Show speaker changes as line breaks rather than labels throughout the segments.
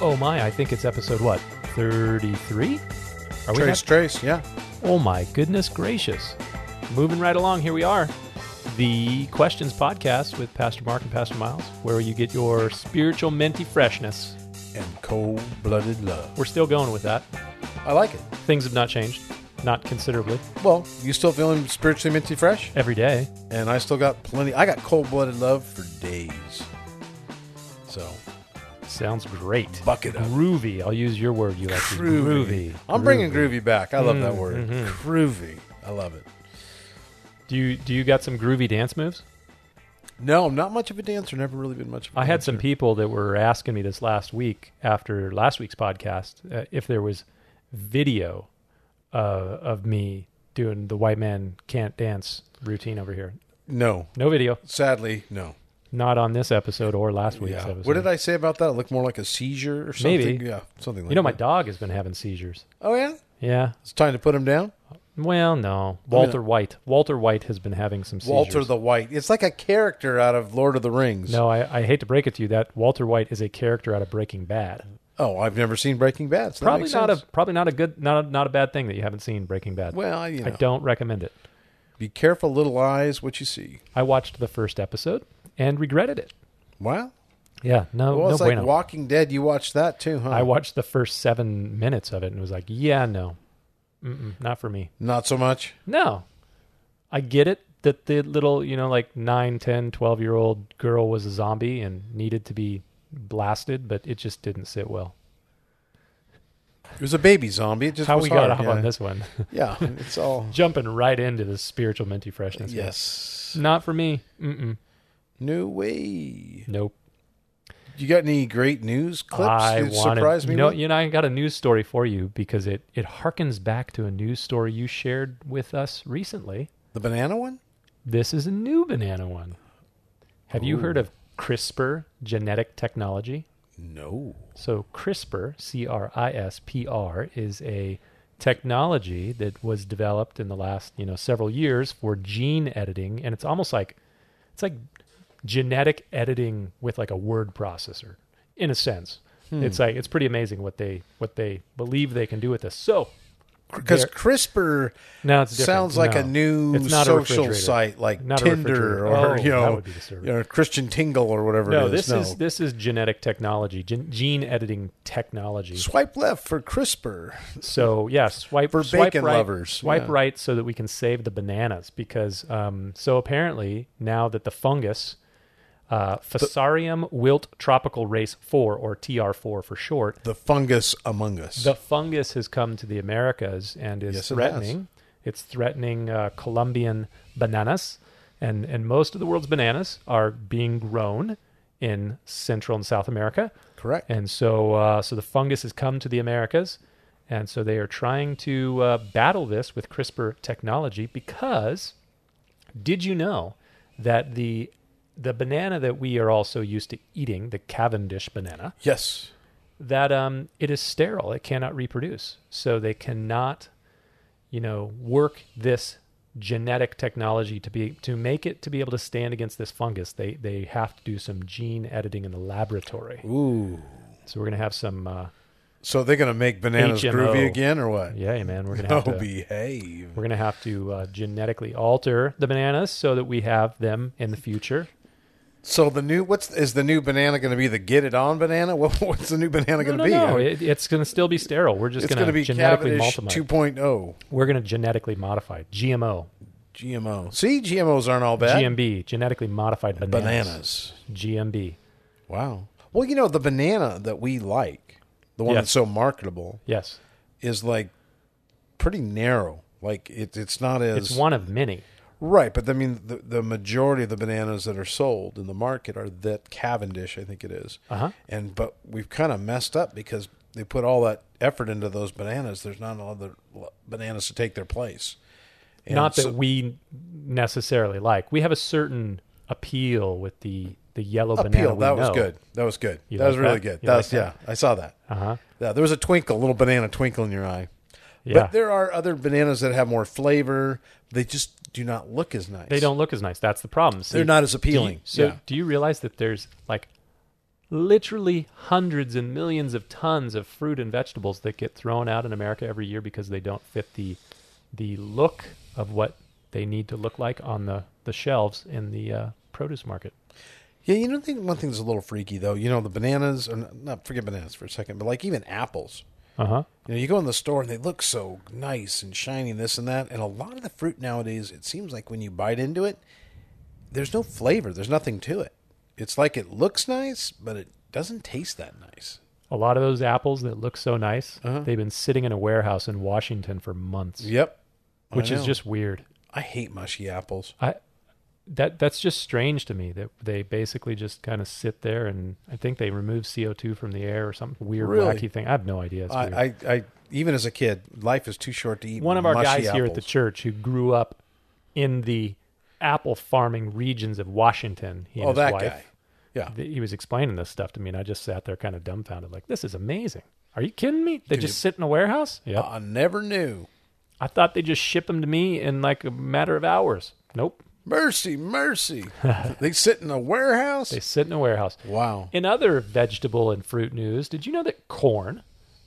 Oh my, I think it's episode what? 33? Are we
Trace,
not-
Trace, yeah.
Oh my goodness gracious. Moving right along, here we are. The Questions Podcast with Pastor Mark and Pastor Miles, where you get your spiritual minty freshness.
And cold blooded love.
We're still going with that.
I like it.
Things have not changed, not considerably,
Well, you still feeling spiritually minty fresh?
every day.
And I still got plenty. I got cold blooded love for days. So,
Sounds great.
Buck it up.
Groovy. I'll use your word you like. to- Groovy. Mm-hmm.
I'm bringing groovy back. I love that word. Groovy. I love it.
Do you do you got some groovy dance moves?
No, I'm not much of a dancer. Never really been much of a
I had
dancer.
some people that were asking me this last week after last week's podcast uh, if there was video uh, of me doing the white man can't dance routine over here.
No.
No video,
Sadly, no.
not on this episode or last week's
Yeah.
episode.
What did I say about that? It looked more like a seizure or something?
Maybe.
Yeah, something like
You know, my
that.
dog has been having seizures.
Oh, yeah?
Yeah.
It's time to put him down?
Well, no. Walter White. Walter White has been having some seizures.
Walter the White. It's like a character out of Lord of the Rings.
No, I, I hate to break it to you that Walter White is a character out of Breaking Bad.
Oh, I've never seen Breaking Bad. So that
Probably
makes
not a
sense.
probably not a good not a, not a bad thing that you haven't seen Breaking Bad.
Well, you know,
I don't recommend it.
be careful, little eyes, what you see.
I watched the first episode and regretted it.
Wow.
Yeah, no,
Well,
Oh, no
it's like
bueno.
Walking Dead. You watched that too, huh?
I watched the first seven minutes of it and was like, yeah, no, Mm-mm, not for me.
not so much.
No, I get it that the little, you know, like 9, 10, 12 year old girl was a zombie and needed to be blasted, but it just didn't sit well.
It was a baby zombie. It just
How
was
we got
hard,
off
yeah.
on this one.
Yeah, it's all.
Jumping right into the spiritual minty freshness. man.
yes.
Not for me. Mm-mm.
No way.
Nope.
You got any great news clips?
I
you
wanted,
surprise me.
You know,
with?
you know, I got a news story for you because it it harkens back to a news story you shared with us recently.
The banana one.
This is a new banana one. Have you heard of CRISPR genetic technology?
No.
So CRISPR, C R I S P R, is a technology that was developed in the last, you know, several years for gene editing, and it's almost like it's like genetic editing with like a word processor, in a sense.
Hmm.
It's like it's pretty amazing what they what they believe they can do with this. So
Because
There-
CRISPR
now it's different.
sounds like
No.
a new
It's not a
social
refrigerator.
site like
Not a
Tinder
refrigerator.
or
Oh,
you
that
know,
would be disturbing.
you know, Christian Tingle or whatever
No,
it is.
this is this is genetic technology, gen- gene editing technology.
Swipe left for CRISPR.
So yeah, swipe
For
swipe
bacon
right,
lovers,
Swipe
yeah.
right so that we can save the bananas because um, so apparently now that the fungus uh, Fusarium wilt tropical race four or TR4 for short,
The fungus among us.
the fungus has come to the Americas and is
Yes, it has.
threatening. It's threatening uh, Colombian bananas, and and most of the world's bananas are being grown in Central and South America.
Correct.
And so, uh, so the fungus has come to the Americas, and so they are trying to uh, battle this with CRISPR technology. Because, did you know that the the banana that we are also used to eating, the Cavendish banana,
yes.
that um, it is sterile; it cannot reproduce, so they cannot, you know, work this genetic technology to be to make it to be able to stand against this fungus. They they have to do some gene editing in the laboratory.
Ooh.
So we're gonna have some. Uh,
So they're going to make bananas
HMO.
groovy again or what?
yeah, hey, man, we're gonna
Oh,
have to,
behave.
we're gonna have to uh, genetically alter the bananas so that we have them in the future.
So the new what's is the new banana going to be the get it on banana? What, what's the new banana
No,
going
no,
to be?
no,
I mean,
it, it's gonna still be sterile. We're just
it's
gonna,
going to be
genetically
Cavendish
modify.
2.0
we're gonna genetically modify it. GMO,
GMO. See, GMOs aren't all bad.
GMB, genetically modified bananas.
Bananas.
GMB.
Wow. Well, you know the banana that we like, the one
Yes.
that's so marketable,
Yes,
is like pretty narrow. Like it, it's not as
it's one of many.
Right, but I mean, the, the majority of the bananas that are sold in the market are that Cavendish, I think it is.
Uh-huh.
And but we've kind of messed up because they put all that effort into those bananas. There's not other l- bananas to take their place. And
Not that
so-
we necessarily like. We have a certain appeal with the the yellow banana.
appeal.
we
That was
know.
good. That was good.
You
that was
like
really
that?
good.
You
that
like
was yeah. I saw that.
Uh huh.
Yeah, there was a twinkle, a little banana twinkle in your eye.
Yeah.
But there are other bananas that have more flavor. They just do not look as nice.
They don't look as nice. That's the problem. See,
They're not as
Do you-
appealing.
so,
yeah.
do you realize that there's like literally hundreds and millions of tons of fruit and vegetables that get thrown out in America every year because they don't fit the the look of what they need to look like on the, the shelves in the uh, produce market.
Yeah, you don't think one thing's a little freaky though. You know, the bananas, or not, not forget bananas for a second, but like even apples.
Uh huh.
You know, you go in the store and they look so nice and shiny, and this and that. And a lot of the fruit nowadays, it seems like when you bite into it, there's no flavor. There's nothing to it. It's like it looks nice, but it doesn't taste that nice.
A lot of those apples that look so nice,
Uh-huh.
they've been sitting in a warehouse in Washington for months,
Yep. I
which is
know.
just weird.
I hate mushy apples.
I that that's just strange to me that they basically just kind of sit there and I think they remove CO two from the air or some weird
Really?
wacky thing. I have no idea. It's weird.
I, I, I, even as a kid, life is too short to eat.
One of our
mushy
guys here at the
apples.
church who grew up in the apple farming regions of Washington. He and
oh,
his
that
wife,
guy. Yeah.
th- he was explaining this stuff to me, and I just sat there kind of dumbfounded, like, "This is amazing." Are you kidding me? They just sit in a warehouse? Yeah.
I never knew.
I thought they just ship them to me in like a matter of hours. Nope.
Mercy, mercy. they sit in a warehouse.
They sit in a warehouse.
Wow.
In other vegetable and fruit news, did you know that corn,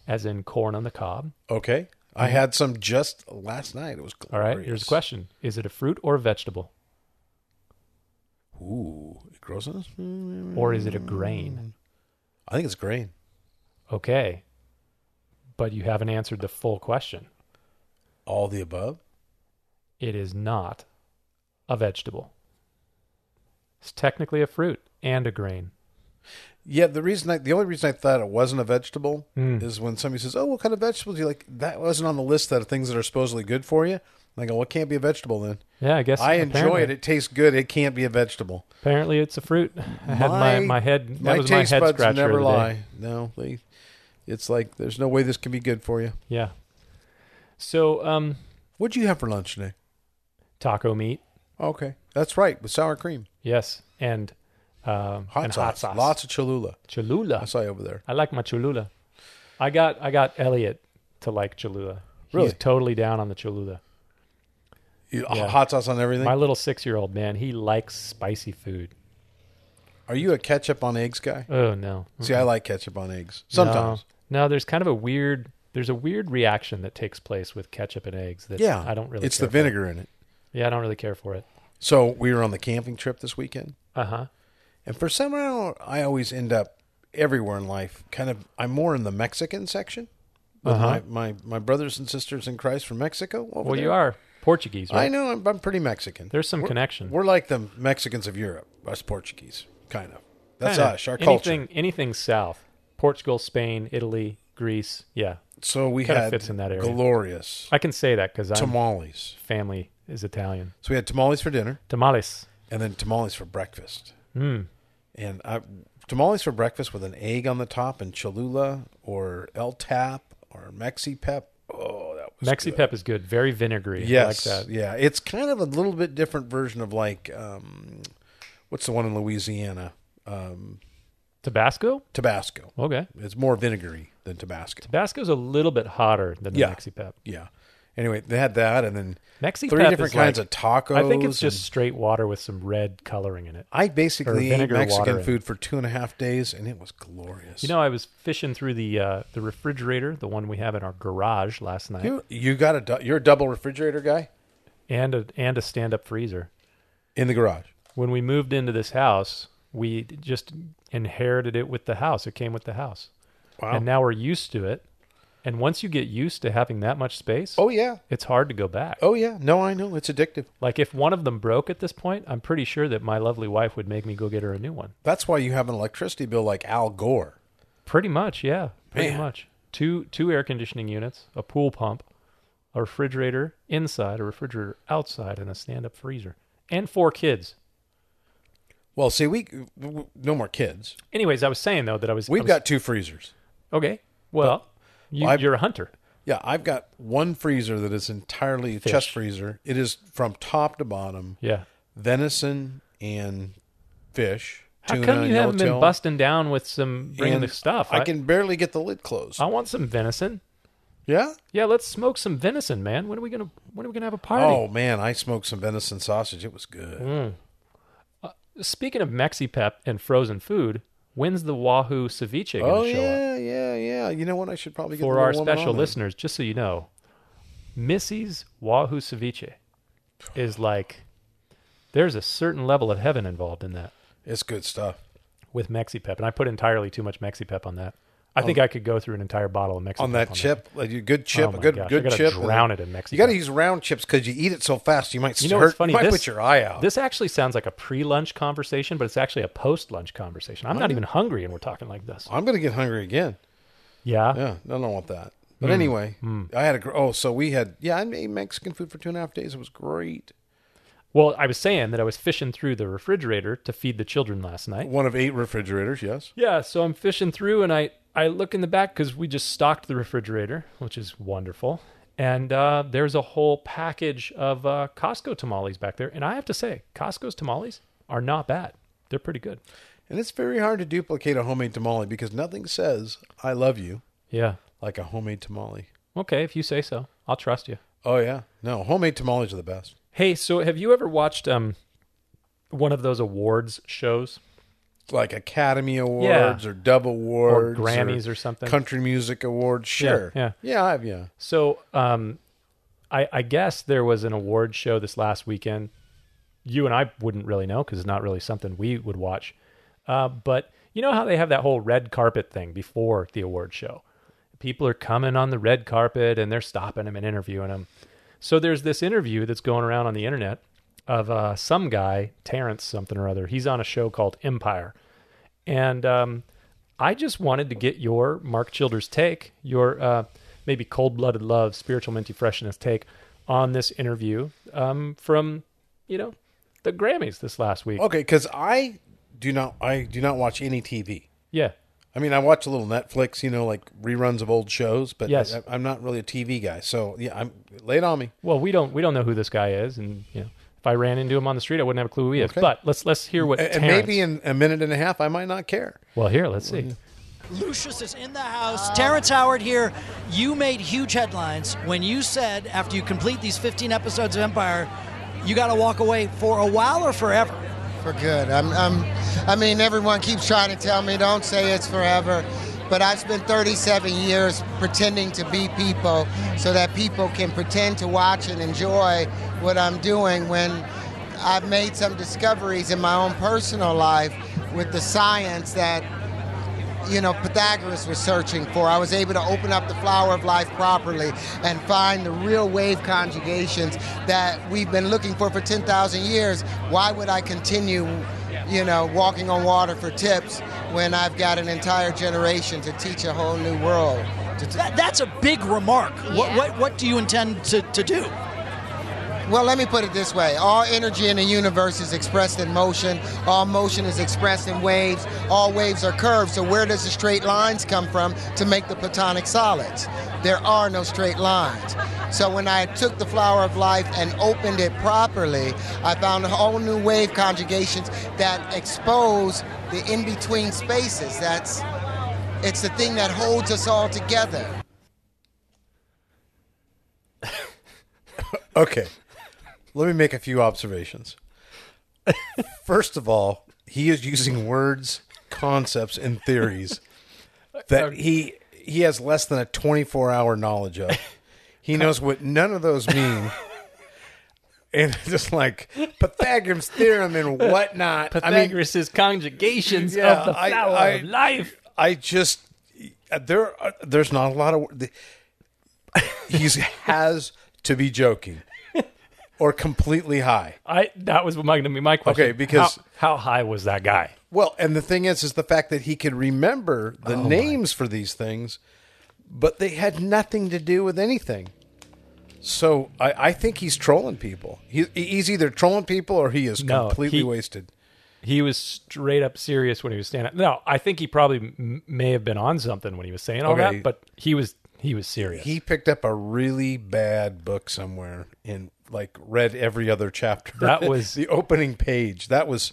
as in corn on the cob,
Okay. I had some just last night. It was
all
glorious.
right, here's a question Is it a fruit or a vegetable?
Ooh, it grows on us?
Or is it a grain?
I think it's grain. Mm.
Okay. But you haven't answered the full question.
All the above.
It is not a vegetable, it's technically a fruit and a grain.
Yeah, the reason I, the only reason I thought it wasn't a vegetable
Hmm.
is when somebody says, "Oh, what kind of vegetables?" You like that wasn't on the list that are things that are supposedly good for you. And I go, "Well, it can't be a vegetable then."
Yeah, I guess
I enjoy
apparently-
it. It tastes good. It can't be a vegetable.
Apparently, it's a fruit. I had my, my head. That
my
was my
taste
head
buds
scratcher.
never
of the day.
lie. No, they. It's like there's no way this can be good for you.
Yeah. So, um,
What'd you have for lunch today?
taco meat.
Okay, that's right with sour cream,
Yes, and um,
hot,
and
sauce.
hot sauce.
lots of Cholula.
Cholula.
I saw you over there.
I like my Cholula. I got I got Elliot to like Cholula.
Really?
He's totally down on the Cholula.
You, uh,
Yeah.
Hot sauce on everything.
My little six year old man, he likes spicy food.
Are you a ketchup on eggs guy?
Oh no.
See, I like ketchup on eggs sometimes.
No, no, there's kind of a weird there's a weird reaction that takes place with ketchup and eggs that
Yeah,
I don't really
It's
care
the vinegar in it.
For. Yeah, I don't really care for it.
So we were on the camping trip this weekend,
Uh huh.
and for some reason, I always end up everywhere in life. Kind of, I'm more in the Mexican section with
Uh-huh.
my, my my brothers and sisters in Christ from Mexico. over
Well
there.
you are Portuguese,
I
right?
know. I'm, I'm pretty Mexican.
There's some connection.
We're like the Mexicans of Europe. Us Portuguese, kind of. That's
Kinda.
us. Our
anything,
culture.
Anything south, Portugal, Spain, Italy, Greece. Yeah,
So we
kinda
had
fits in that area.
glorious
I can say that because my
tamales.
family is Italian.
So we had tamales for dinner,
Tamales.
and then tamales for breakfast.
Mm.
And I, tamales for breakfast with an egg on the top and Cholula or El Tap or Mexi Pep. Oh, that was
Mexi
good.
pep is good. Very vinegary. I
Yes,
like that.
yeah. It's kind of a little bit different version of like, um, what's the one in Louisiana? Um,
Tabasco.
Tabasco.
Okay.
It's more vinegary than Tabasco.
Tabasco's a little bit hotter than the
Yeah.
Mexi pep.
Yeah. Anyway, they had that, and then
Mexi
three
pep
different
is
kinds
like,
of tacos.
I think it's
and-
just straight water with some red coloring in it.
I basically
or
ate
vinegar water
Mexican
in
food for two and a half days, and it was glorious.
You know, I was fishing through the uh, the refrigerator, the one we have in our garage last night,
you, you got a du- you're a double refrigerator guy
and a and a stand up freezer.
in the garage.
when we moved into this house, we just inherited it with the house. It came with the house.
Wow.
And now we're used to it. And once you get used to having that much space,
Oh yeah.
it's hard to go back.
Oh yeah. No, I know it's addictive.
Like if one of them broke at this point, I'm pretty sure that my lovely wife would make me go get her a new one.
That's why you have an electricity bill like Al Gore.
Pretty much, yeah. Pretty
Man.
much. Two two air conditioning units, a pool pump, a refrigerator inside, a refrigerator outside, and a stand up freezer. And four kids.
Well, see, we no more kids.
Anyways, I was saying though that I was I
We've
was-
got two freezers.
okay. Well, you,
I've-
you're a hunter.
Yeah, I've got one freezer that is entirely a chest freezer. It is from top to bottom
Yeah.
venison and fish.
How
tuna,
come you haven't been
yellowtail,
busting down with some bringing
and
the stuff?
I, can barely get the lid closed.
I want some venison.
yeah.
Yeah, let's smoke some venison, man. When are we gonna When are we gonna have a party?
Oh man, I smoked some venison
Mm.
sausage. It was good.
Speaking of Mexi Pep and frozen food, When's the Wahoo ceviche going to
Oh
show up?
yeah, yeah, yeah. You know what? I should probably get
For
the
our
little woman
special
on it.
listeners, just so you know, Missy's Wahoo ceviche is like there's a certain level of heaven involved in that
It's good stuff.
with Mexi Pep, and I put entirely too much Mexi Pep on that. I think I could go through an entire bottle of Mexi
on that chip, like a good chip,
Oh
a
my
good
gosh, I
good
gotta
chip.
drown it in Mexico.
You got to use round chips because you eat it so fast, you might
You know
hurt.
what's funny?
You might
this,
put your eye out.
This actually sounds like a pre-lunch conversation, but it's actually a post-lunch conversation. I'm not even hungry, and we're talking like this.
I'm gonna get hungry again.
Yeah,
Yeah, I don't want that. But
Mm.
anyway, I had a gr- oh, so we had yeah, I made Mexican food for two and a half days. It was great.
Well, I was saying that I was fishing through the refrigerator to feed the children last night.
One of eight refrigerators. Yes.
Yeah, so I'm fishing through and I I look in the back because we just stocked the refrigerator, which is wonderful. And uh, there's a whole package of uh, Costco tamales back there, and I have to say, Costco's tamales are not bad. They're pretty good.
And it's very hard to duplicate a homemade tamale because nothing says "I love you"
Yeah.
like a homemade tamale.
Okay, if you say so, I'll trust you.
Oh yeah, no, homemade tamales are the best.
Hey, so have you ever watched um one of those awards shows
Like Academy Awards or Dove
or
Awards
Grammys or something?
Country Music Awards. Sure.
yeah.
Yeah. I have. Yeah.
So, um, I, I guess there was an award show this last weekend. You and I wouldn't really know because it's not really something we would watch. Uh, but you know how they have that whole red carpet thing before the award show? People are coming on the red carpet and they're stopping them and interviewing them. So there's this interview that's going around on the internet of uh, some guy, Terrence something or other. He's on a show called Empire. And um, I just wanted to get your Mark Childers take, your uh, maybe cold blooded love, spiritual minty freshness take on this interview um, from, you know, the Grammys this last week.
Okay, because I do not I do not watch any TV.
Yeah.
I mean, I watch a little Netflix, you know, like reruns of old shows, but
Yes.
I, I'm not really a TV guy. So yeah, I'm lay it on me.
Well, we don't we don't know who this guy is, and you know, if I ran into him on the street, I wouldn't have a clue who he is. But let's let's hear what
And
Terrence-
maybe in a minute and a half, I might not care.
well, here let's see.
Lucius is in the house. Terrence Howard here. You made huge headlines when you said, after you complete these 15 episodes of Empire, you got to walk away for a while or forever.
for good. I'm, I'm, I mean, everyone keeps trying to tell me, don't say it's forever. But I've spent 37 years pretending to be people so that people can pretend to watch and enjoy what I'm doing when I've made some discoveries in my own personal life with the science that you know Pythagoras was searching for. I was able to open up the flower of life properly and find the real wave conjugations that we've been looking for for 10,000 years. Why would I continue, you know, walking on water for tips when I've got an entire generation to teach a whole new world?
That, that's a big remark. What,
Yeah.
what, what do you intend to, to do?
Well, let me put it this way. All energy in the universe is expressed in motion. All motion is expressed in waves. All waves are curved. So where does the straight lines come from to make the platonic solids? There are no straight lines. So when I took the flower of life and opened it properly, I found whole new wave conjugations that expose the in-between spaces. That's it's the thing that holds us all together.
Okay, let me make a few observations. First of all, he is using words, concepts, and theories that he he has less than a 24 hour knowledge of. He knows what none of those mean. And just like Pythagoras theorem and whatnot. I mean,
Pythagoras' conjugations
Yeah,
of the
I-
flower
I-
of life.
I just uh, there are, there's not a lot of he's has to be joking or completely high.
I that was going to be my question.
Okay, because-
how, how high was that guy?
Well, and the thing is, is the fact that he could remember the
Oh,
names for these things, but they had nothing to do with anything. So I, I think he's trolling people. He, he's either trolling people or he is
No,
completely
he-
wasted.
He was straight up serious when he was standing. up. No, I think he probably m- may have been on something when he was saying all
Okay.
that, but he was he was serious.
He picked up a really bad book somewhere and like read every other chapter.
That was-
the opening page. That was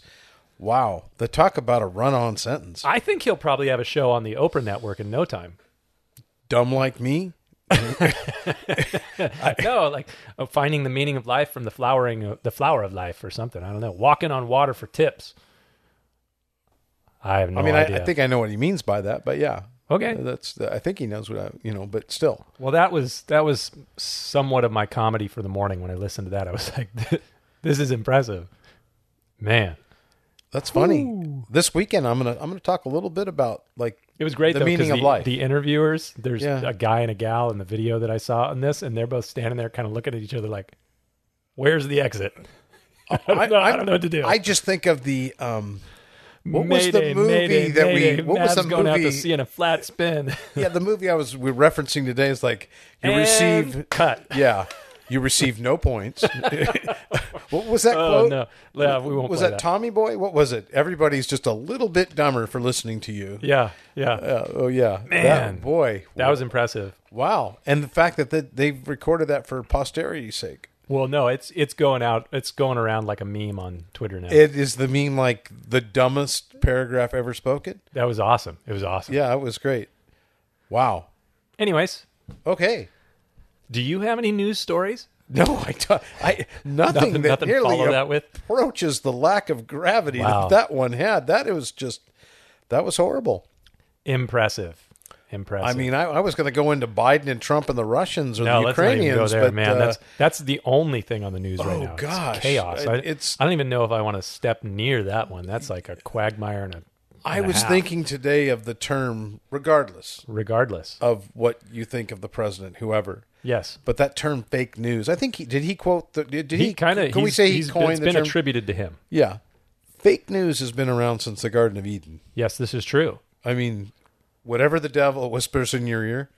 wow. The talk about a run-on sentence.
I think he'll probably have a show on the Oprah network in no time.
Dumb like me.
no, like uh, finding the meaning of life from the flowering, of, the flower of life, or something. I don't know. Walking on water for tips. I have no
I mean, I,
idea.
I think I know what he means by that, but yeah.
Okay.
That's. I think he knows what I. You know, but still.
Well, that was that was somewhat of my comedy for the morning. When I listened to that, I was like, "This is impressive, man."
That's funny. This weekend, I'm gonna I'm gonna talk a little bit about like
It was great.
the
though, 'cause
meaning of
the,
life.
The interviewers, there's
Yeah.
a guy and a gal in the video that I saw on this, and they're both standing there, kind of looking at each other, like, "Where's the exit?" I, don't know, I don't know what to do.
I just think of the um. What
Mayday,
was the movie
mayday,
that
mayday.
we? What
Mavs
was the
going out to
movie?
sea in a flat spin?
yeah, the movie I was we're referencing today is like you
And
receive
cut.
Yeah, you receive no points. what was that
Oh
quote?
no, yeah, we won't.
was
play
that, Tommy Boy? What was it? Everybody's just a little bit dumber for listening to you.
Yeah, yeah,
Uh, oh yeah, man,
Man.
boy,
that was impressive.
wow! And the fact that they, they've recorded that for posterity's sake,
Well, no, it's it's going out. It's going around like a meme on Twitter now.
it is the meme like the dumbest paragraph ever spoken.
that was awesome. It was awesome.
Yeah, it was great. Wow.
Anyways,
Okay.
do you have any news stories?
No, I don't. I nothing,
Nothing-
that
nothing to
nearly
follow that with?
approaches the lack of gravity
Wow.
that that one had. That it was just that was horrible.
Impressive, impressive.
I mean, I, I was going to go into Biden and Trump and the Russians or
no,
the
let's not
Ukrainians,
even go there,
but
man.
uh,
that's that's the only thing on the news right
Oh,
now. It's
gosh.
chaos.
It-
I,
it's-
I don't even know if I want to step near that one. That's like a quagmire and a.
I
and a
was
half.
thinking today of the term, regardless
regardless.
of what you think of the president, whoever.
yes,
But that term, fake news. I think he did. He quote the did, did he,
kind of.
Can we say he
he's
coined
it's
the
been
term?
attributed to him?
yeah, fake news has been around since the Garden of Eden.
Yes, this is true.
I mean, whatever the devil whispers in your ear,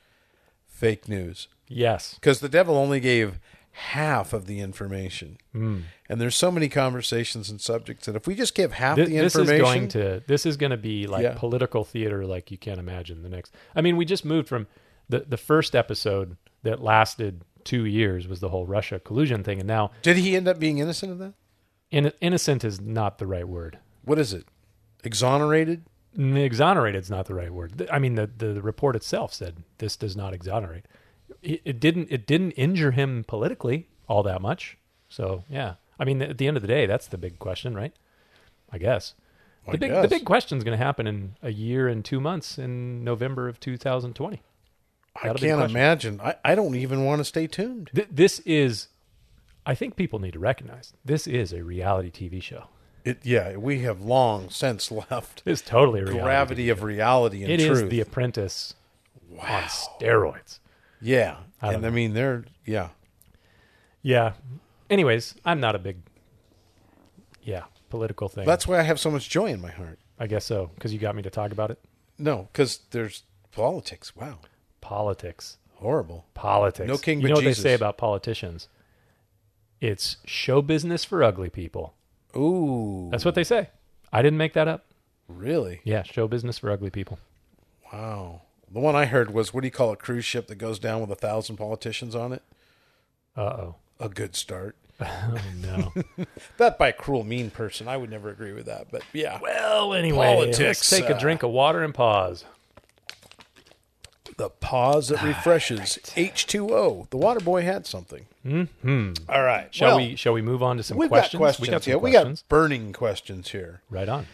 fake news.
Yes,
Because the devil only gave half of the information.
Hmm.
Mm. And there's so many conversations and subjects that if we just give half
Th-
the
this is
information,
going to this is going to be like
Yeah.
political theater like you can't imagine the next i mean we just moved from the the first episode that lasted two years was the whole russia collusion thing and now
did he end up being innocent of that?
in, innocent is not the right word
What is it? Exonerated?
Mm, exonerated is not the right word Th- i mean the, the report itself said this does not exonerate it, it didn't it didn't injure him politically all that much so yeah i mean at the end of the day that's the big question right i guess
I
the big, the
guess.
big question is going to happen in a year and two months in November of 2020.
I
that'll be the
can't
question.
imagine. I, I don't even want to stay tuned.
Th- this is, I think people need to recognize this is a reality TV show.
It, yeah, we have long since left
It's totally a reality.
gravity of reality and
It is
truth.
The Apprentice on steroids.
yeah.
don't
and I mean, they're, yeah.
Yeah. Anyways, I'm not a big, yeah, political thing.
That's why I have so much joy in my heart.
I guess so because you got me to talk about it.
No, because there's politics. Wow,
Politics.
horrible.
politics.
No king
you
but
know what
Jesus.
they say about politicians? It's show business for ugly people.
Ooh,
That's what they say. I didn't make that up.
really?
Yeah, show business for ugly people.
Wow. The one I heard was, what do you call a cruise ship that goes down with a thousand politicians on it?
Uh oh.
A good start.
Oh no.
That by a cruel, mean person. I would never agree with that, but yeah,
well, anyway,
Politics,
let's take
uh,
a drink of water and pause.
the pause
Ah,
that refreshes. H two O. The water boy had something. Mm-hmm. right.
Shall
well,
we? Shall we move on to some
We've
questions?
got questions.
We got some
yeah,
questions.
we got burning questions here.
Right on.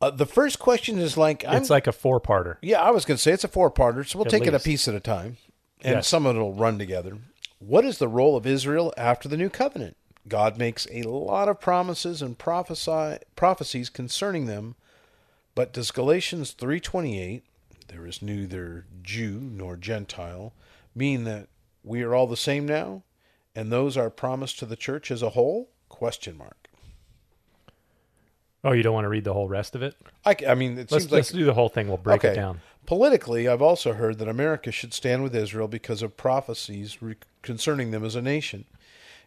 Uh, the first question is like, I'm,
It's like a four-parter.
Yeah, I was going to say it's a four parter, so we'll take it a
least.
piece at a time, and
Yes.
some of it will run together. What is the role of Israel after the new covenant? God makes a lot of promises and prophesy, prophecies concerning them, but does Galatians 3:28, there is neither Jew nor Gentile, mean that we are all the same now, and those are promised to the church as a whole? Question mark.
Oh, you don't want to read the whole rest of it?
I, c- I mean,
Let's
it seems like
let's do the whole thing. We'll break it down.
Politically, I've also heard that America should stand with Israel because of prophecies re- concerning them as a nation.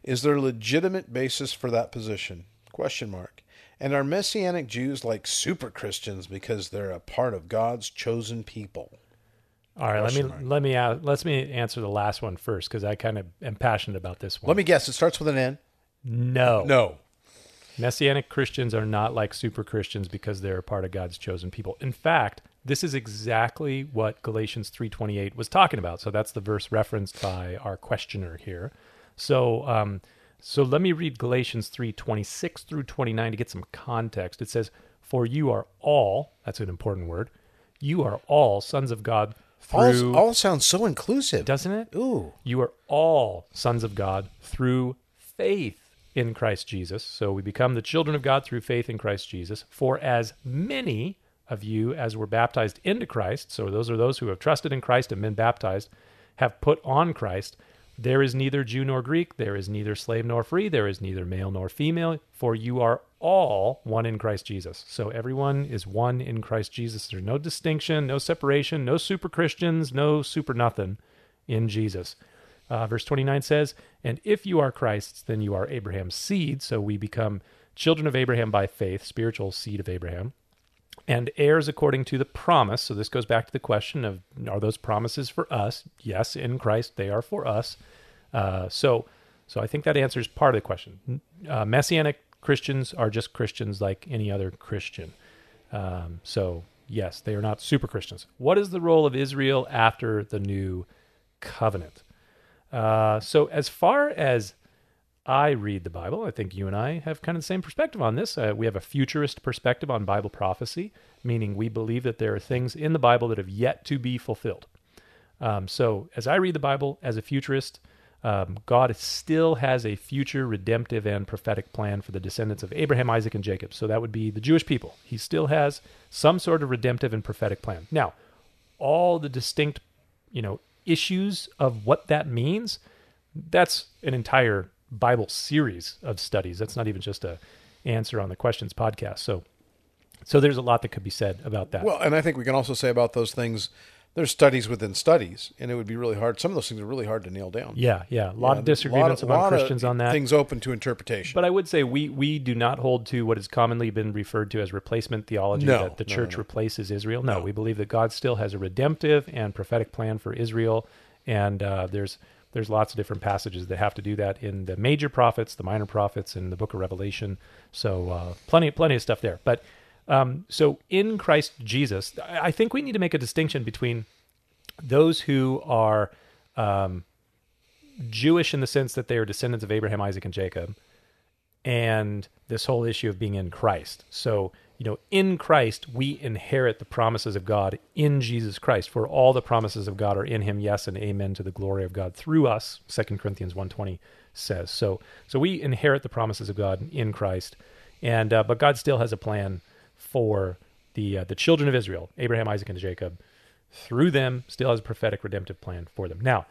Is there a legitimate basis for that position? Question mark. And are messianic Jews like super Christians because they're a part of God's chosen people?
All right. Let me let me a- let me answer the last one first because I kind of am passionate about this one.
Let me guess. It starts with an N.
no.
No.
Messianic Christians are not like super Christians because they're a part of God's chosen people. In fact, this is exactly what Galatians 3:28 was talking about. So that's the verse referenced by our questioner here. So um, so let me read Galatians 3:26 through 29 to get some context. It says, For you are all, that's an important word, you are all sons of God
All,
through,
all sounds so inclusive.
doesn't it?
Ooh.
You are all sons of God through faith in Christ Jesus. So we become the children of God through faith in Christ Jesus. For as many of you as were baptized into Christ, so those are those who have trusted in Christ and been baptized, have put on Christ. There is neither Jew nor Greek, there is neither slave nor free, there is neither male nor female, for you are all one in Christ Jesus. So everyone is one in Christ Jesus. There's no distinction, no separation, no super Christians, no super nothing in Jesus. Uh, verse 29 says, And if you are Christ's, then you are Abraham's seed. So we become children of Abraham by faith, spiritual seed of Abraham, and heirs according to the promise. So this goes back to the question of are those promises for us? Yes, in Christ they are for us. Uh, so, so I think that answers part of the question. Uh, messianic Christians are just Christians like any other Christian. Um, so, yes, they are not super Christians. What is the role of Israel after the new covenant? Uh, so, as far as I read the Bible, I think you and I have kind of the same perspective on this. Uh, we have a futurist perspective on Bible prophecy, meaning we believe that there are things in the Bible that have yet to be fulfilled. Um, so, as I read the Bible as a futurist, um, God still has a future redemptive and prophetic plan for the descendants of Abraham, Isaac, and Jacob. So, that would be the Jewish people. He still has some sort of redemptive and prophetic plan. Now, all the distinct, you know, issues of what that means, that's an entire Bible series of studies. That's not even just a answer on the questions podcast. So, so there's a lot that could be said about that.
Well, and I think we can also say about those things, there's studies within studies, and it would be really hard. Some of those things are really hard to nail down.
yeah, yeah, a lot
Yeah,
of
there's a
disagreements
lot of-
among
lot of
Christians on that.
Things open to interpretation.
But I would say we we do not hold to what has commonly been referred to as replacement theology
No,
that the
no, no,
church replaces Israel. No, we believe that God still has a redemptive and prophetic plan for Israel, and uh, there's there's lots of different passages that have to do that in the major prophets, the minor prophets, and the Book of Revelation. So uh, plenty plenty of stuff there. But um, so in Christ Jesus, I I think we need to make a distinction between those who are um, Jewish in the sense that they are descendants of Abraham, Isaac, and Jacob, and this whole issue of being in Christ. So, you know, in Christ, we inherit the promises of God in Jesus Christ, for all the promises of God are in him, yes, and amen to the glory of God through us, 2 Corinthians 1.20 says. So, so we inherit the promises of God in Christ, and uh, but God still has a plan for the uh, the children of Israel, Abraham, Isaac, and Jacob, through them, still has a prophetic redemptive plan for them. Now,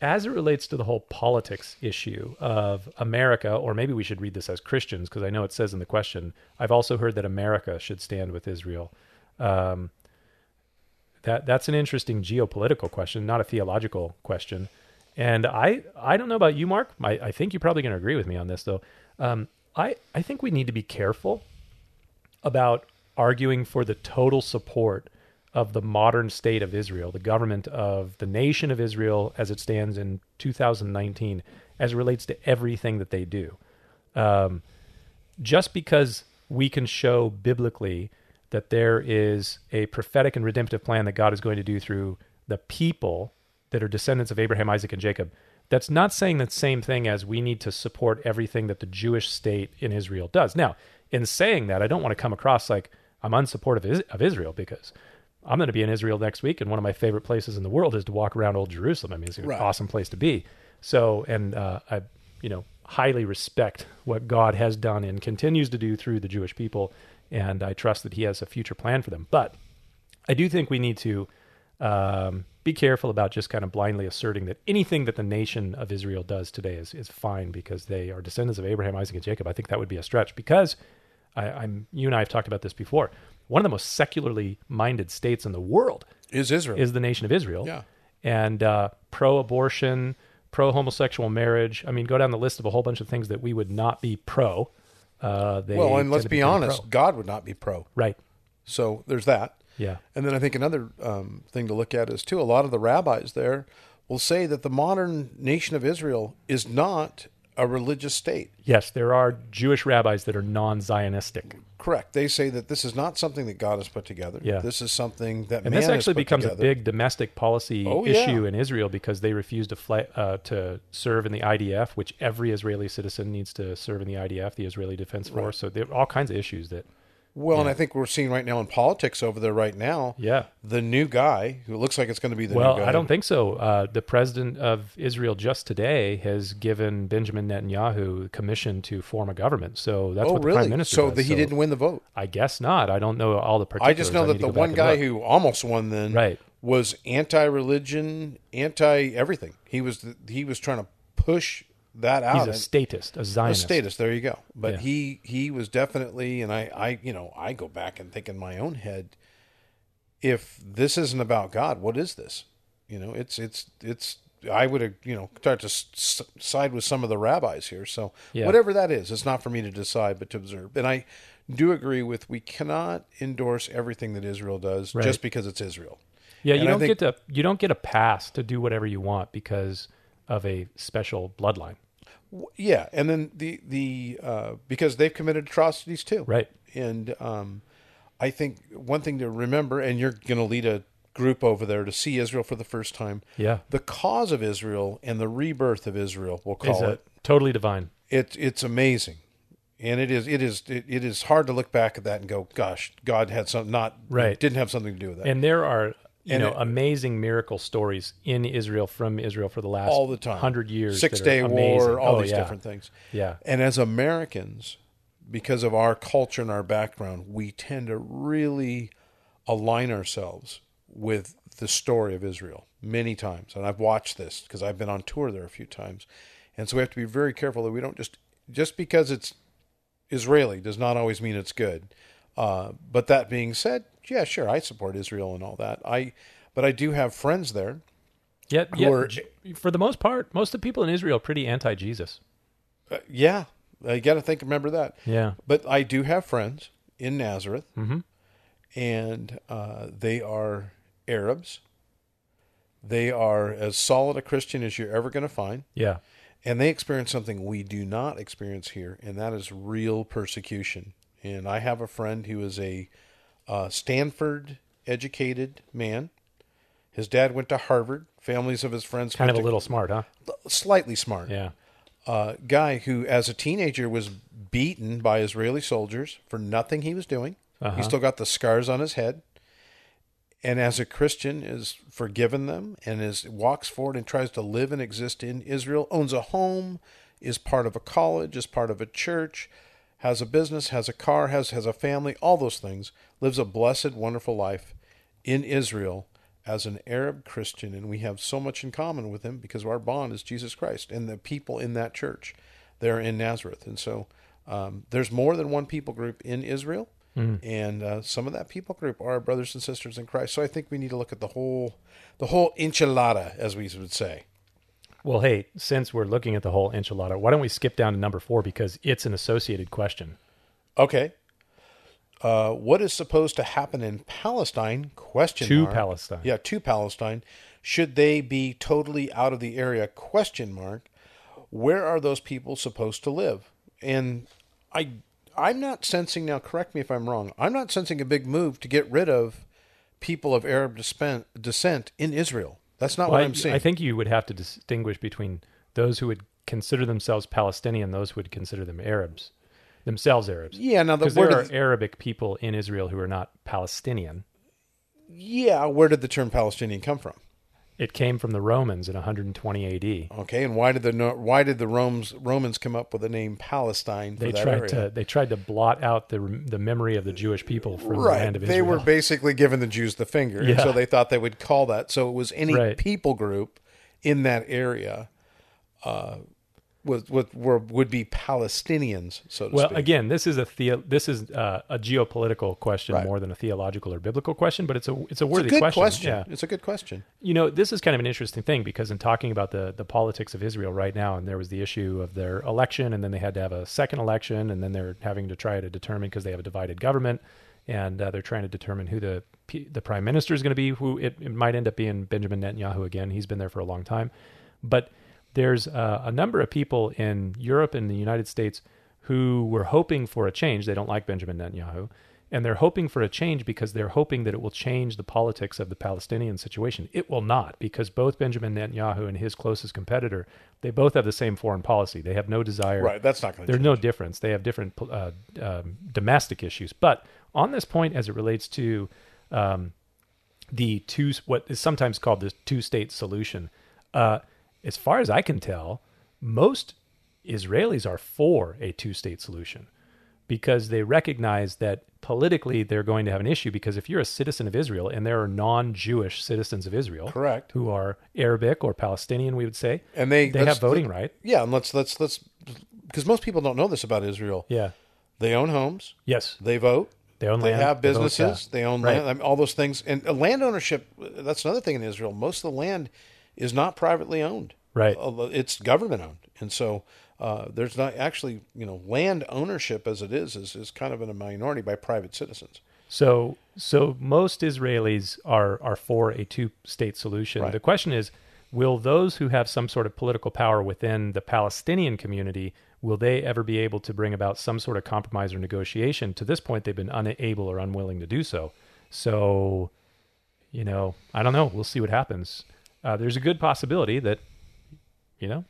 as it relates to the whole politics issue of America, or maybe we should read this as Christians, because I know it says in the question, I've also heard that America should stand with Israel. Um, that that's an interesting geopolitical question, not a theological question. And I I don't know about you, Mark. I, I think you're probably going to agree with me on this, though. Um, I I think we need to be careful about arguing for the total support of the modern state of Israel, the government of the nation of Israel as it stands in 2019, as it relates to everything that they do. Um, just because we can show biblically that there is a prophetic and redemptive plan that God is going to do through the people that are descendants of Abraham, Isaac, and Jacob, that's not saying the same thing as we need to support everything that the Jewish state in Israel does. Now, in saying that, I don't want to come across like I'm unsupportive is- of Israel because I'm going to be in Israel next week, and one of my favorite places in the world is to walk around Old Jerusalem. I mean, it's an
Right.
awesome place to be. So, and uh, I, you know, highly respect what God has done and continues to do through the Jewish people, and I trust that He has a future plan for them. But I do think we need to um, be careful about just kind of blindly asserting that anything that the nation of Israel does today is is fine because they are descendants of Abraham, Isaac, and Jacob. I think that would be a stretch because I, I'm you and I have talked about this before. One of the most secularly minded states in the world
is Israel?
is the nation of Israel.
Yeah.
And uh, pro abortion, pro homosexual marriage. I mean, go down the list of a whole bunch of things that we would not be pro. Uh, they
well, and
tend
let's
to
be
pretty
honest,
pro.
God would not be pro.
Right.
So there's that.
Yeah.
And then I think another um, thing to look at is too a lot of the rabbis there will say that the modern nation of Israel is not a religious state.
Yes, there are Jewish rabbis that are non Zionistic.
Correct. They say that this is not something that God has put together.
Yeah.
This is something that
And
man
this
has
actually
put
becomes
together.
a big domestic policy
Oh, yeah.
issue in Israel because they refuse to fly, uh, to serve in the IDF, which every Israeli citizen needs to serve in the IDF, the Israeli Defense Force. So there are all kinds of issues that
Well, and I think we're seeing right now in politics over there right now.
Yeah.
The new guy who looks like it's going to be the
Well,
new guy.
I don't think so. Uh, the president of Israel just today has given Benjamin Netanyahu a commission to form a government. So that's
Oh,
what the
really?
prime minister.
so
does.
that he didn't win the vote.
I guess not. I don't know all the
I
particulars.
just know
need
that
to
the
go back
one
and
guy
look.
who almost won then
Right.
was anti-religion, anti-everything. He was the, he was trying to push that out.
he's a
and-
statist, a
a
Zionist.
status. There you go. But
Yeah.
he he was definitely, and I I you know I go back and think in my own head, if this isn't about God, what is this? You know, it's it's it's. I would uh, you know start to s- s- side with some of the rabbis here. So
Yeah.
whatever that is, it's not for me to decide, but to observe. And I do agree with we cannot endorse everything that Israel does
Right.
just because it's Israel.
Yeah, you
And I
don't
think-
get to you don't get a pass to do whatever you want because of a special bloodline.
W- Yeah, and then the the uh, because they've committed atrocities too,
Right.
And um, I think one thing to remember, and you're going to lead a group over there to see Israel for the first time.
Yeah.
the cause of Israel and the rebirth of Israel, we'll
Is
call
a
it.
totally divine.
It's it's amazing, and it is it is it, it is hard to look back at that and go, gosh, God had some not
Right.
didn't have something to do with that.
And there are you
And
know
it-
amazing miracle stories in Israel from Israel for the last
all the time.
hundred years,
Six
that are
Day
amazing.
War, all
Oh,
these
yeah.
different things.
Yeah.
And as Americans, because of our culture and our background, we tend to really align ourselves with the story of Israel many times. And I've watched this because I've been on tour there a few times. And so we have to be very careful that we don't just just because it's Israeli does not always mean it's good. Uh, but that being said, yeah, sure, I support Israel and all that. I, but I do have friends there
Yet,
who
yet
are-
J- for the most part, most of the people in Israel are pretty anti-Jesus.
Uh, yeah, I got to think. Remember that.
Yeah. Mm-hmm.
But I do have friends in Nazareth, and uh, they are Arabs. They are as solid a Christian as you're ever going to find,
Yeah.
and they experience something we do not experience here, and that is real persecution. And I have a friend who is a uh, Stanford-educated man. His dad went to Harvard. Families of his friends
Kind of a
went
little smart, huh?
to, slightly smart
Yeah.
uh, guy who, as a teenager, was beaten by Israeli soldiers for nothing he was doing. He still got the scars on his head, and as a Christian, is forgiven them and is walks forward and tries to live and exist in Israel. Owns a home, is part of a college, is part of a church, has a business, has a car, has has a family, all those things. Lives a blessed, wonderful life in Israel as an Arab Christian, and we have so much in common with him because our bond is Jesus Christ and the people in that church there in Nazareth. And so um, there's more than one people group in Israel, and uh, some of that people group are our brothers and sisters in Christ. So I think we need to look at the whole, the whole enchilada, as we would say.
Well, hey, since we're looking at the whole enchilada, why don't we skip down to number four because it's an associated question.
Okay. Uh, what is supposed to happen in Palestine? Question
To
mark.
Palestine.
Yeah, to Palestine. Should they be totally out of the area? Question mark. Where are those people supposed to live? And I, I'm not sensing now. Correct me if I'm wrong. I'm not sensing a big move to get rid of people of Arab despen- descent in Israel. That's not
Well,
what
I,
I'm seeing.
I think you would have to distinguish between those who would consider themselves Palestinian, those who would consider them Arabs, themselves Arabs.
Yeah, now the
because there
word
are
is-
Arabic people in Israel who are not Palestinian.
yeah. Where did the term Palestinian come from?
It came from the Romans in 120 AD.
Okay, and why did the Nor- why did the Romans Romans come up with the name Palestine for
They
that
tried
area?
to they tried to blot out the rem- the memory of the Jewish people from the
right.
land of Israel.
They were basically giving the Jews the finger, and
Yeah.
so they thought they would call that. So it was any
Right.
people group in that area uh, was, was were, would be Palestinians, so to
Well,
speak.
again, this is a theo- this is uh, a geopolitical question more than a theological or biblical question, but it's a it's a worthy
Good question.
Yeah.
It's a good question.
You know, this is kind of an interesting thing because in talking about the the politics of Israel right now, and there was the issue of their election, and then they had to have a second election, and then they're having to try to determine because they have a divided government, and uh, they're trying to determine who the P- the prime minister is going to be. Who it, it might end up being Benjamin Netanyahu again. He's been there for a long time, but there's uh, a number of people in Europe and the United States who were hoping for a change. They don't like Benjamin Netanyahu, And they're hoping for a change because they're hoping that it will change the politics of the Palestinian situation. It will not, because both Benjamin Netanyahu and his closest competitor, they both have the same foreign policy. They have no desire.
Right, that's not going to
There's no difference. They have different uh, um, domestic issues. But on this point, as it relates to um, the two, what is sometimes called the two-state solution, uh, as far as I can tell, most Israelis are for a two-state solution because they recognize that politically they're going to have an issue because if you're a citizen of Israel and there are non-Jewish citizens of Israel
Correct.
who are Arabic or Palestinian we would say
And they-
they
that's-
have voting right
Yeah, and let's let's let's because most people don't know this about Israel.
yeah
They own homes.
yes
They vote.
They own
They
land.
have
They vote,
businesses.
yeah.
They own
Right.
land. I mean, all those things. And uh, land ownership. uh, That's another thing in Israel. Most of the land is not privately owned.
Right.
Uh, It's government owned, and so uh, there's not actually you know land ownership as it is is is kind of in a minority by private citizens.
So so most Israelis are are for a two-state solution. The question is will those who have some sort of political power within the Palestinian community will they ever be able to bring about some sort of compromise or negotiation? To this point they've been unable or unwilling to do so. So you know, I don't know, we'll see what happens. Uh, there's a good possibility that you know,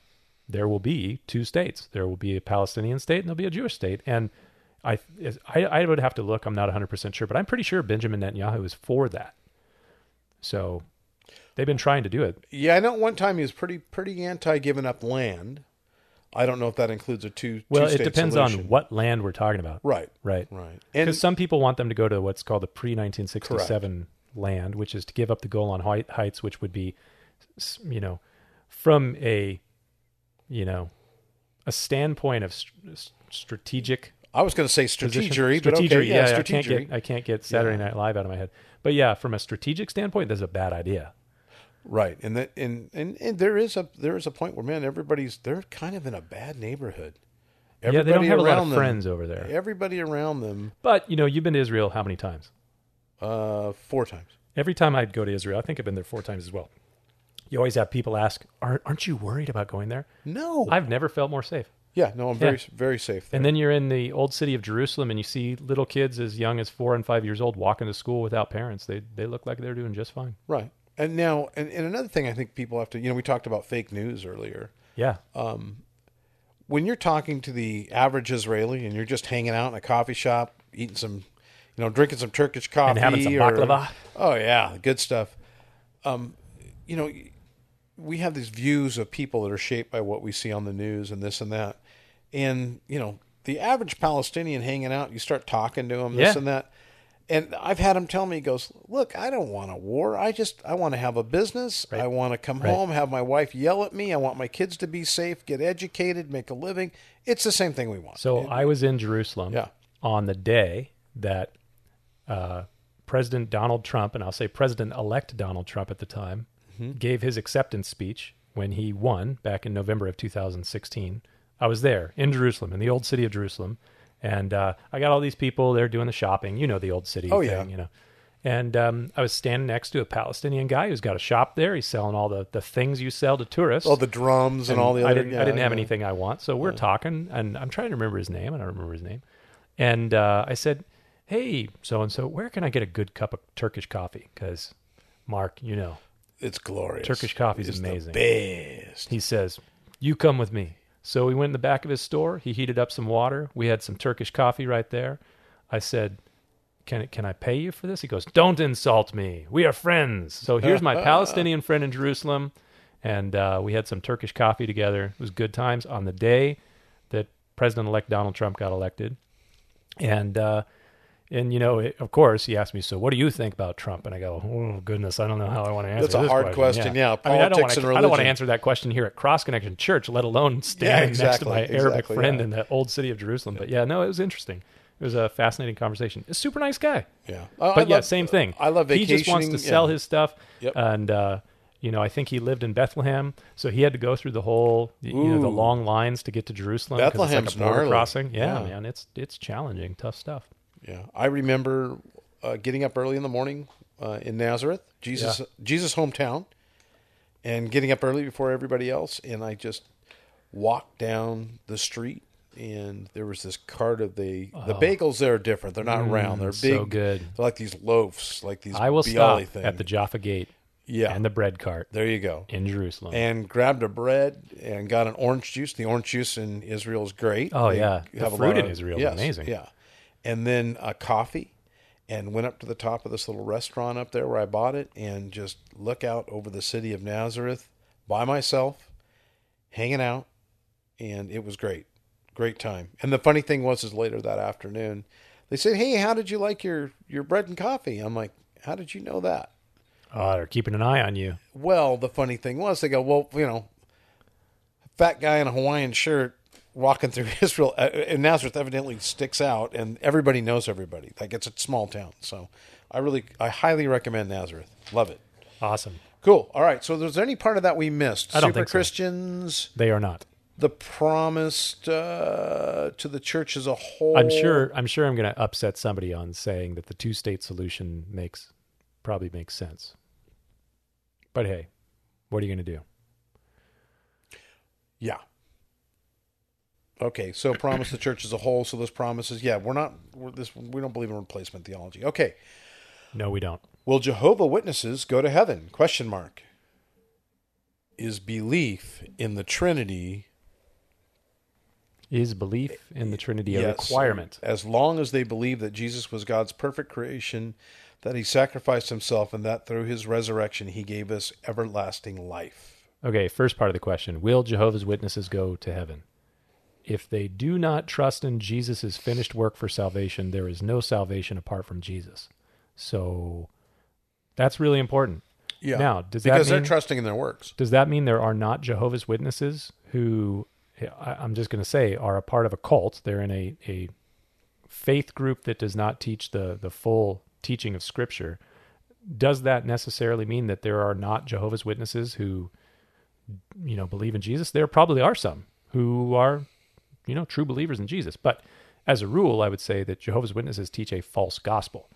there will be two states. There will be a Palestinian state and there'll be a Jewish state. And I, is- I, I would have to look. I'm not 100% sure, but I'm pretty sure Benjamin Netanyahu is for that. So they've been trying to do it.
Yeah, I know. At one time he was pretty pretty anti giving up land. I don't know if that includes a two.
Well, it
two-state
depends on
solution.
what land we're talking about.
Right.
Right.
Right. And-
Because some people want them to go to what's called the pre 1967 land, which is to give up the Golan Hei- Heights, which would be, s- you know, from a, you know, a standpoint of st- s- strategic
I was going to say
position.
strategery, but okay, yeah,
I
strategery.
can't get I can't get Saturday Night Live out of my head. But yeah, from a strategic standpoint, that's a bad idea.
Right, and that and, and and there is a there is a point where man, everybody's they're kind of in a bad neighborhood.
yeah, they don't have a lot
around
of
them-
friends over there.
Everybody around them,
But you know, you've been to Israel how many times?
uh, four times.
Every time I'd go to Israel, I think I've been there four times as well. You always have people ask, "Aren't aren't you worried about going there?"
No,
I've never felt more safe.
yeah, no, I'm very
Yeah.
very safe. There.
And then you're in the old city of Jerusalem, and you see little kids as young as four and five years old walking to school without parents. They they look like they're doing just fine.
right, and now and, and another thing, I think people have to you know we talked about fake news earlier.
Yeah,
When you're talking to the average Israeli and you're just hanging out in a coffee shop, eating some, you know, drinking some Turkish coffee
having some
or-
baklava.
Oh yeah, good stuff. Um, you know, we have these views of people that are shaped by what we see on the news and this and that. And, you know, the average Palestinian hanging out, you start talking to him, this
Yeah.
and that. And I've had him tell me, he goes, Look, I don't want a war. I just, I want to have a business. I want to come home, have my wife yell at me. I want my kids to be safe, get educated, make a living. It's the same thing we want.
So I was in Jerusalem
Yeah.
on the day that uh, President Donald Trump, and I'll say President elect Donald Trump at the time,
Mm-hmm.
gave his acceptance speech when he won back in November of 2016. I was there in Jerusalem, in the old city of Jerusalem. And uh, I got all these people, they're doing the shopping. You know, the old city
Oh,
thing,
yeah.
you know. And um, I was standing next to a Palestinian guy who's got a shop there. He's selling all the, the things you sell to tourists.
all Oh, the drums and, all the other
I didn't,
yeah,
I didn't have
yeah.
anything I want. So we're talking, and I'm trying to remember his name. I don't remember his name. And uh, I said, "Hey, so and so, where can I get a good cup of Turkish coffee?" Because Mark, you know,
It's glorious.
Turkish coffee is
It's the
amazing.
best.
He says, "You come with me." So we went in the back of his store. He heated up some water. We had some Turkish coffee right there. I said, "Can can I pay you for this?" He goes, "Don't insult me. We are friends." So here's my Palestinian friend in Jerusalem, and uh, we had some Turkish coffee together. It was good times on the day that President-elect Donald Trump got elected, and. Uh, and you know, it, of course, he asked me. So, what do you think about Trump? And I go, Oh goodness, I don't know how I want to answer.
That's a
this
hard question, yeah.
I mean, I don't
Politics
wanna-
and
I don't want to
religion.
answer that question here at Cross Connection Church, let alone standing
Yeah, exactly,
next to my Arabic
exactly,
friend
yeah.
in the old city of Jerusalem. But yeah, no, it was interesting. It was a fascinating conversation. A super nice guy.
Yeah. I- I
But yeah,
love-
same thing.
I love
He just wants to
vacationing,
sell
yeah.
his stuff.
Yep.
And, uh, you know, I think he lived in Bethlehem, so he had to go through the whole, y- you know, the
Ooh.
long lines to get to Jerusalem. 'cause
Bethlehem's
it's like a border
gnarly.
crossing. Yeah,
Yeah.
man, it's it's challenging, tough stuff.
Yeah, I remember uh, getting up early in the morning uh, in Nazareth, Jesus,
Yeah.
Jesus' hometown, and getting up early before everybody else, and I just walked down the street and there was this cart of the the bagels. There are different. They're not round. They're big.
Oh. Mm, so good.
They're like these loaves, like these.
I will
bialy
stop
thing.
at the Jaffa Gate
yeah.
and the bread cart
there you go.
in Jerusalem.
And grabbed a bread and got an orange juice. The orange juice in Israel is great.
Oh,
They
yeah. The
have a
fruit
lot
in
of-
Israel is
yes,
amazing.
Yeah, and then a coffee. And went up to the top of this little restaurant up there where I bought it, and just look out over the city of Nazareth by myself, hanging out, and it was great, great time. And the funny thing was, is later that afternoon, they said, "Hey, how did you like your your bread and coffee?" I'm like, "How did you know that?"
oh, they're keeping an eye on you.
Well, the funny thing was, they go, well, you know, fat guy in a Hawaiian shirt walking through Israel uh, in Nazareth evidently sticks out, and everybody knows everybody. Like it's a small town, so I really, I highly recommend Nazareth. Love it.
Awesome.
Cool. All right. So, was there any part of that we missed?
I don't
Super
think so.
Christians,
They are not.
the promised uh, to the church as a whole.
I'm sure. I'm sure. I'm going to upset somebody on saying that the two-state solution makes probably makes sense. But hey, what are you going to do?
Yeah. Okay, so promise the church as a whole. So those promises, yeah, we're not we're this we don't believe in replacement theology. Okay,
No, we don't.
Will Jehovah Witnesses go to heaven? Question mark. Is belief in the Trinity
Is belief in the Trinity a
Yes.
requirement?
As long as they believe that Jesus was God's perfect creation, that he sacrificed himself, and that through his resurrection he gave us everlasting life.
Okay, first part of the question Will Jehovah's Witnesses go to heaven? If they do not trust in Jesus' finished work for salvation, there is no salvation apart from Jesus. So that's really important.
Yeah.
Now, does that
because they're
mean-
trusting in their works.
Does that mean there are not Jehovah's Witnesses who, I- I'm just going to say, are a part of a cult? They're in a, a faith group that does not teach the, the full teaching of Scripture. Does that necessarily mean that there are not Jehovah's Witnesses who, you know, believe in Jesus? There probably are some who are, you know, true believers in Jesus. But as a rule, I would say that Jehovah's Witnesses teach a false gospel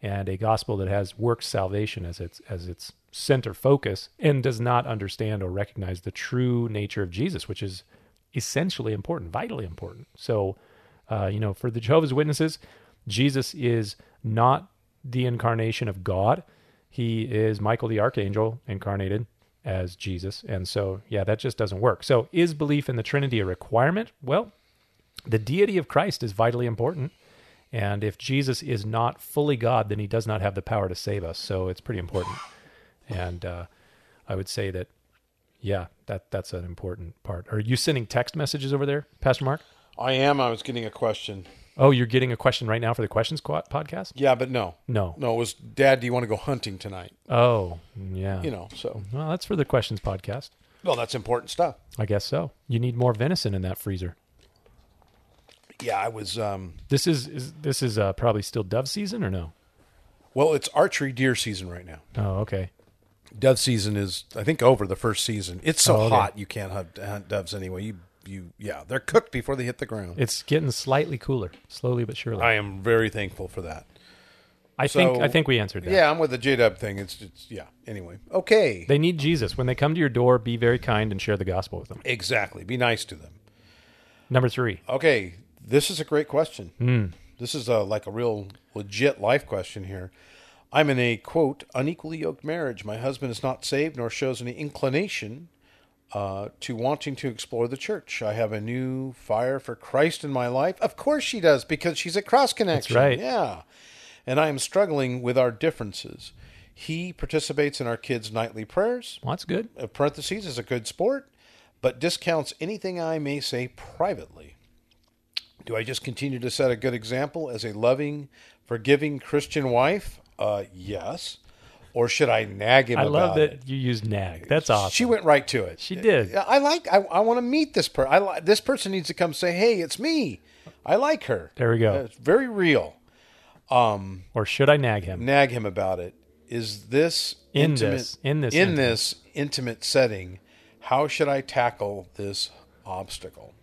and a gospel that has works salvation as its as its center focus and does not understand or recognize the true nature of Jesus, which is essentially important, vitally important. So, uh, you know, for the Jehovah's Witnesses, Jesus is not the incarnation of God. He is Michael the Archangel incarnated as Jesus. And so, yeah, that just doesn't work. So, is belief in the Trinity a requirement? Well, the deity of Christ is vitally important. And if Jesus is not fully God, then he does not have the power to save us. So it's pretty important. and uh, I would say that, yeah, that that's an important part. Are you sending text messages over there, Pastor Mark?
I am. I was getting a question.
Oh, you're getting a question right now for the Questions Quad podcast?
Yeah, but no.
No.
No, it was Dad, do you want to go hunting tonight?
Oh, yeah.
You know, so.
Well, that's for the Questions podcast.
Well, that's important stuff.
I guess so. You need more venison in that freezer.
Yeah, I was. um
This is, is this is uh, probably still dove season or no?
Well, it's archery deer season right now.
Oh, okay.
Dove season is, I think, over the first season. It's so
Oh, okay.
hot you can't hunt, hunt doves anyway. You, you, yeah, they're cooked before they hit the ground.
It's getting slightly cooler, slowly but surely.
I am very thankful for that.
I think I think we answered that.
Yeah, I'm with the J Dub thing. It's, it's yeah. Anyway, okay,
They need Jesus. When they come to your door, be very kind and share the gospel with them.
exactly. Be nice to them.
Number three.
Okay, this is a great question. This is a, like a real legit life question here. I'm in a quote unequally yoked marriage. My husband is not saved nor shows any inclination uh, to wanting to explore the church. I have a new fire for Christ in my life. Of course she does because she's at cross connection.
right.
Yeah. And I am struggling with our differences. He participates in our kids' nightly prayers
Well, that's good.
uh, parentheses is a good sport, but discounts anything I may say privately. Do I just continue to set a good example as a loving, forgiving Christian wife? Uh, yes. Or should I nag him
I
about
love
it?
that you used nag. That's awesome.
She went right to it.
She did.
I like. I, I want to meet this person. I li- this person needs to come say, "Hey, it's me. I like her."
There we go.
Uh, It's very real.
or should I nag him?
nag him about it. Is this
In
intimate,
this- in this
in
intimate.
this intimate setting? How should I tackle this obstacle?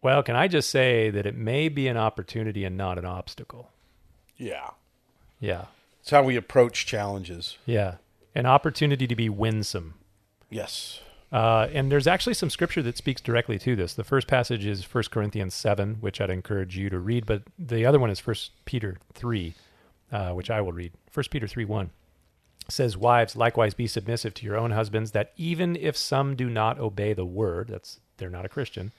Well, can I just say that it may be an opportunity and not an obstacle?
Yeah,
Yeah.
it's how we approach challenges.
Yeah. An opportunity to be winsome.
Yes,
Uh, and there's actually some scripture that speaks directly to this. The first passage is 1 Corinthians 7, which I'd encourage you to read, but the other one is 1 Peter 3, uh, which I will read. 1 Peter 3 1 says, Wives, likewise be submissive to your own husbands, that even if some do not obey the word, that's they're not a Christian,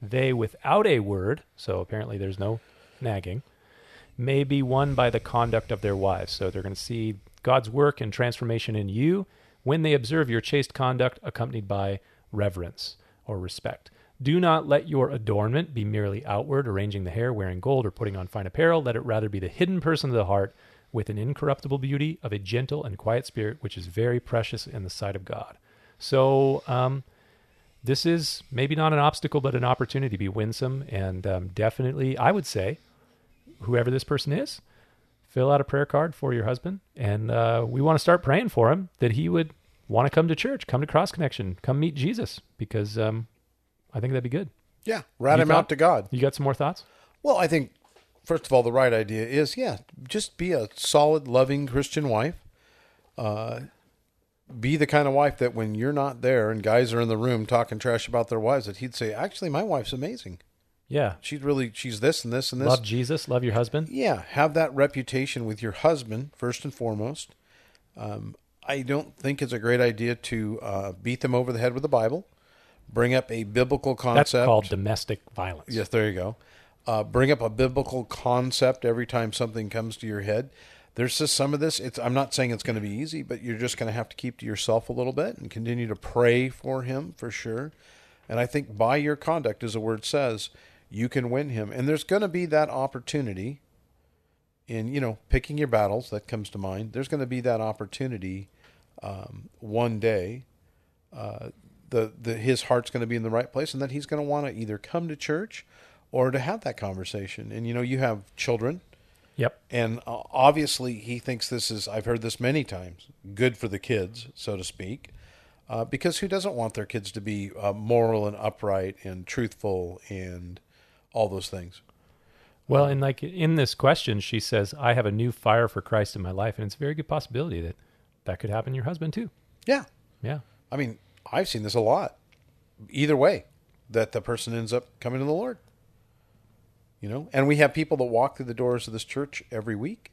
they without a word, so apparently there's no nagging, may be won by the conduct of their wives. So they're going to see God's work and transformation in you when they observe your chaste conduct accompanied by reverence or respect. Do not let your adornment be merely outward, arranging the hair, wearing gold, or putting on fine apparel. Let it rather be the hidden person of the heart with an incorruptible beauty of a gentle and quiet spirit, which is very precious in the sight of God. So, um, this is maybe not an obstacle, but an opportunity to be winsome. And um, definitely, I would say, whoever this person is, fill out a prayer card for your husband. And uh, we want to start praying for him that he would want to come to church, come to Cross Connection, come meet Jesus, because um, I think that'd be good.
Yeah, rat
You
him
thought-
out to God.
You got some more thoughts?
Well, I think first of all, the right idea is yeah, just be a solid, loving Christian wife. Uh, be the kind of wife that when you're not there and guys are in the room talking trash about their wives, that he'd say, "Actually, my wife's amazing.
Yeah.
She's really she's this and this and this."
Love Jesus, love your husband.
yeah, have that reputation with your husband first and foremost. Um, I don't think it's a great idea to uh, beat them over the head with the Bible. Bring up a biblical
That's
concept.
called domestic violence.
Yes, there you go. Uh, bring up a biblical concept every time something comes to your head. There's just some of this. It's I'm not saying it's going to be easy, but you're just going to have to keep to yourself a little bit and continue to pray for him for sure. And I think by your conduct, as the word says, you can win him. And there's going to be that opportunity. In you know picking your battles, that comes to mind. There's going to be that opportunity um, one day the, the his heart's going to be in the right place and that he's going to want to either come to church or to have that conversation and you know you have children
Yep.
and uh, obviously he thinks this is i've heard this many times good for the kids so to speak uh, because who doesn't want their kids to be uh, moral and upright and truthful and all those things
Well, and like in this question, she says, I have a new fire for Christ in my life. And it's a very good possibility that that could happen to your husband too.
yeah
Yeah.
i mean i've seen this a lot either way that the person ends up coming to the lord you know and we have people that walk through the doors of this church every week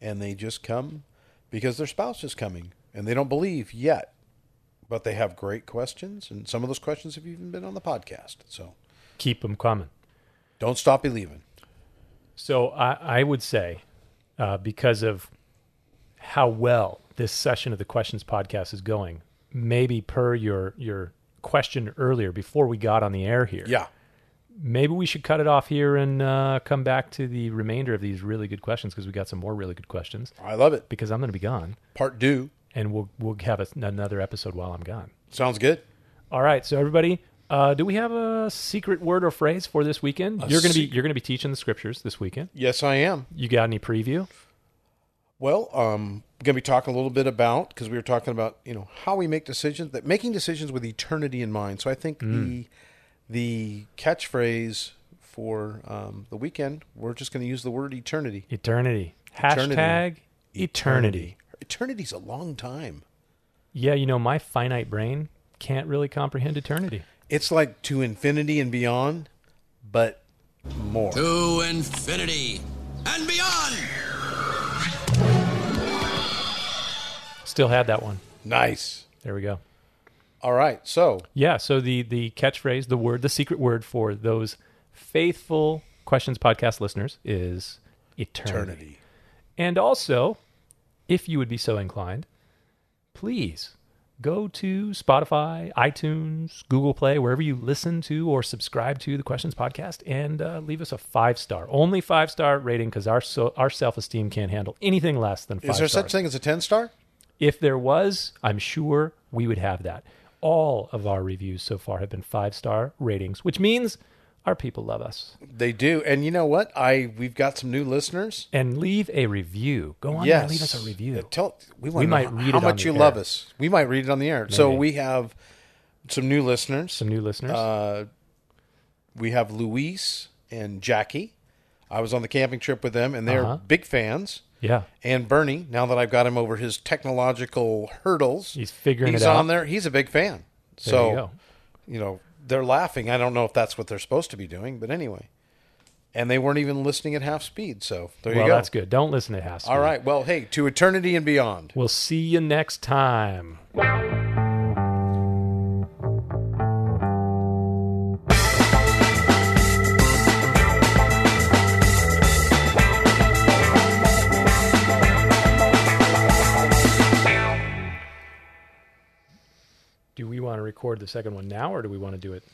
and they just come because their spouse is coming and they don't believe yet but they have great questions and some of those questions have even been on the podcast so
Keep them coming.
don't stop believing
So I, I would say, uh, because of how well this session of the Questions podcast is going, maybe per your your question earlier before we got on the air here,
yeah
maybe we should cut it off here and uh, come back to the remainder of these really good questions because we got some more really good questions.
i love it
Because I'm going to be gone,
part due
and we'll we'll have a, another episode while I'm gone.
sounds good
All right, so everybody, uh, do we have a secret word or phrase for this weekend? you're going to be
sec-
you're going to be teaching the scriptures this weekend.
yes i am
You got any preview?
Well, um, going to be talking a little bit about because we were talking about you know how we make decisions that making decisions with eternity in mind. So I think the the catchphrase for um, the weekend we're just going to use the word eternity.
Eternity. Hashtag eternity.
Eternity's a long time.
Yeah, you know, my finite brain can't really comprehend eternity.
It's like to infinity and beyond, but more.
to infinity and beyond.
Still had that one.
Nice.
There we go.
All right. So
Yeah, so the the catchphrase, the word, the secret word for those faithful questions podcast listeners is eternity.
eternity.
And also, if you would be so inclined, please go to Spotify, iTunes, Google Play, wherever you listen to or subscribe to the Questions Podcast, and uh, leave us a five star, only five star rating, because our so, our self esteem can't handle anything less than five
Is there
stars.
such thing as a ten star?
If there was, I'm sure we would have that. All of our reviews so far have been five star ratings, which means our people love us.
They do. And you know what? I we've got some new listeners.
And leave a review. Go on there
Yes.
and leave us a review.
Uh, Tell we, wanna
might
know
read
how
it on
much
the
you
air.
love us. We might read it on the air. So
Maybe.
we have some new listeners.
Some new listeners.
uh, we have Luis and Jackie. I was on the camping trip with them, and they're
Uh-huh.
big fans.
yeah.
And Bernie, now that I've got him over his technological hurdles,
He's figuring
he's
it out.
on there. He's a big fan. so
you go.
you know they're laughing. I don't know if that's what they're supposed to be doing, but anyway, and they weren't even listening at half speed. So there
well,
you go.
that's good. Don't listen to Haskell.
All right. Well, hey, to eternity and beyond.
We'll see you next time. Do we want to record the second one now or do we want to do it?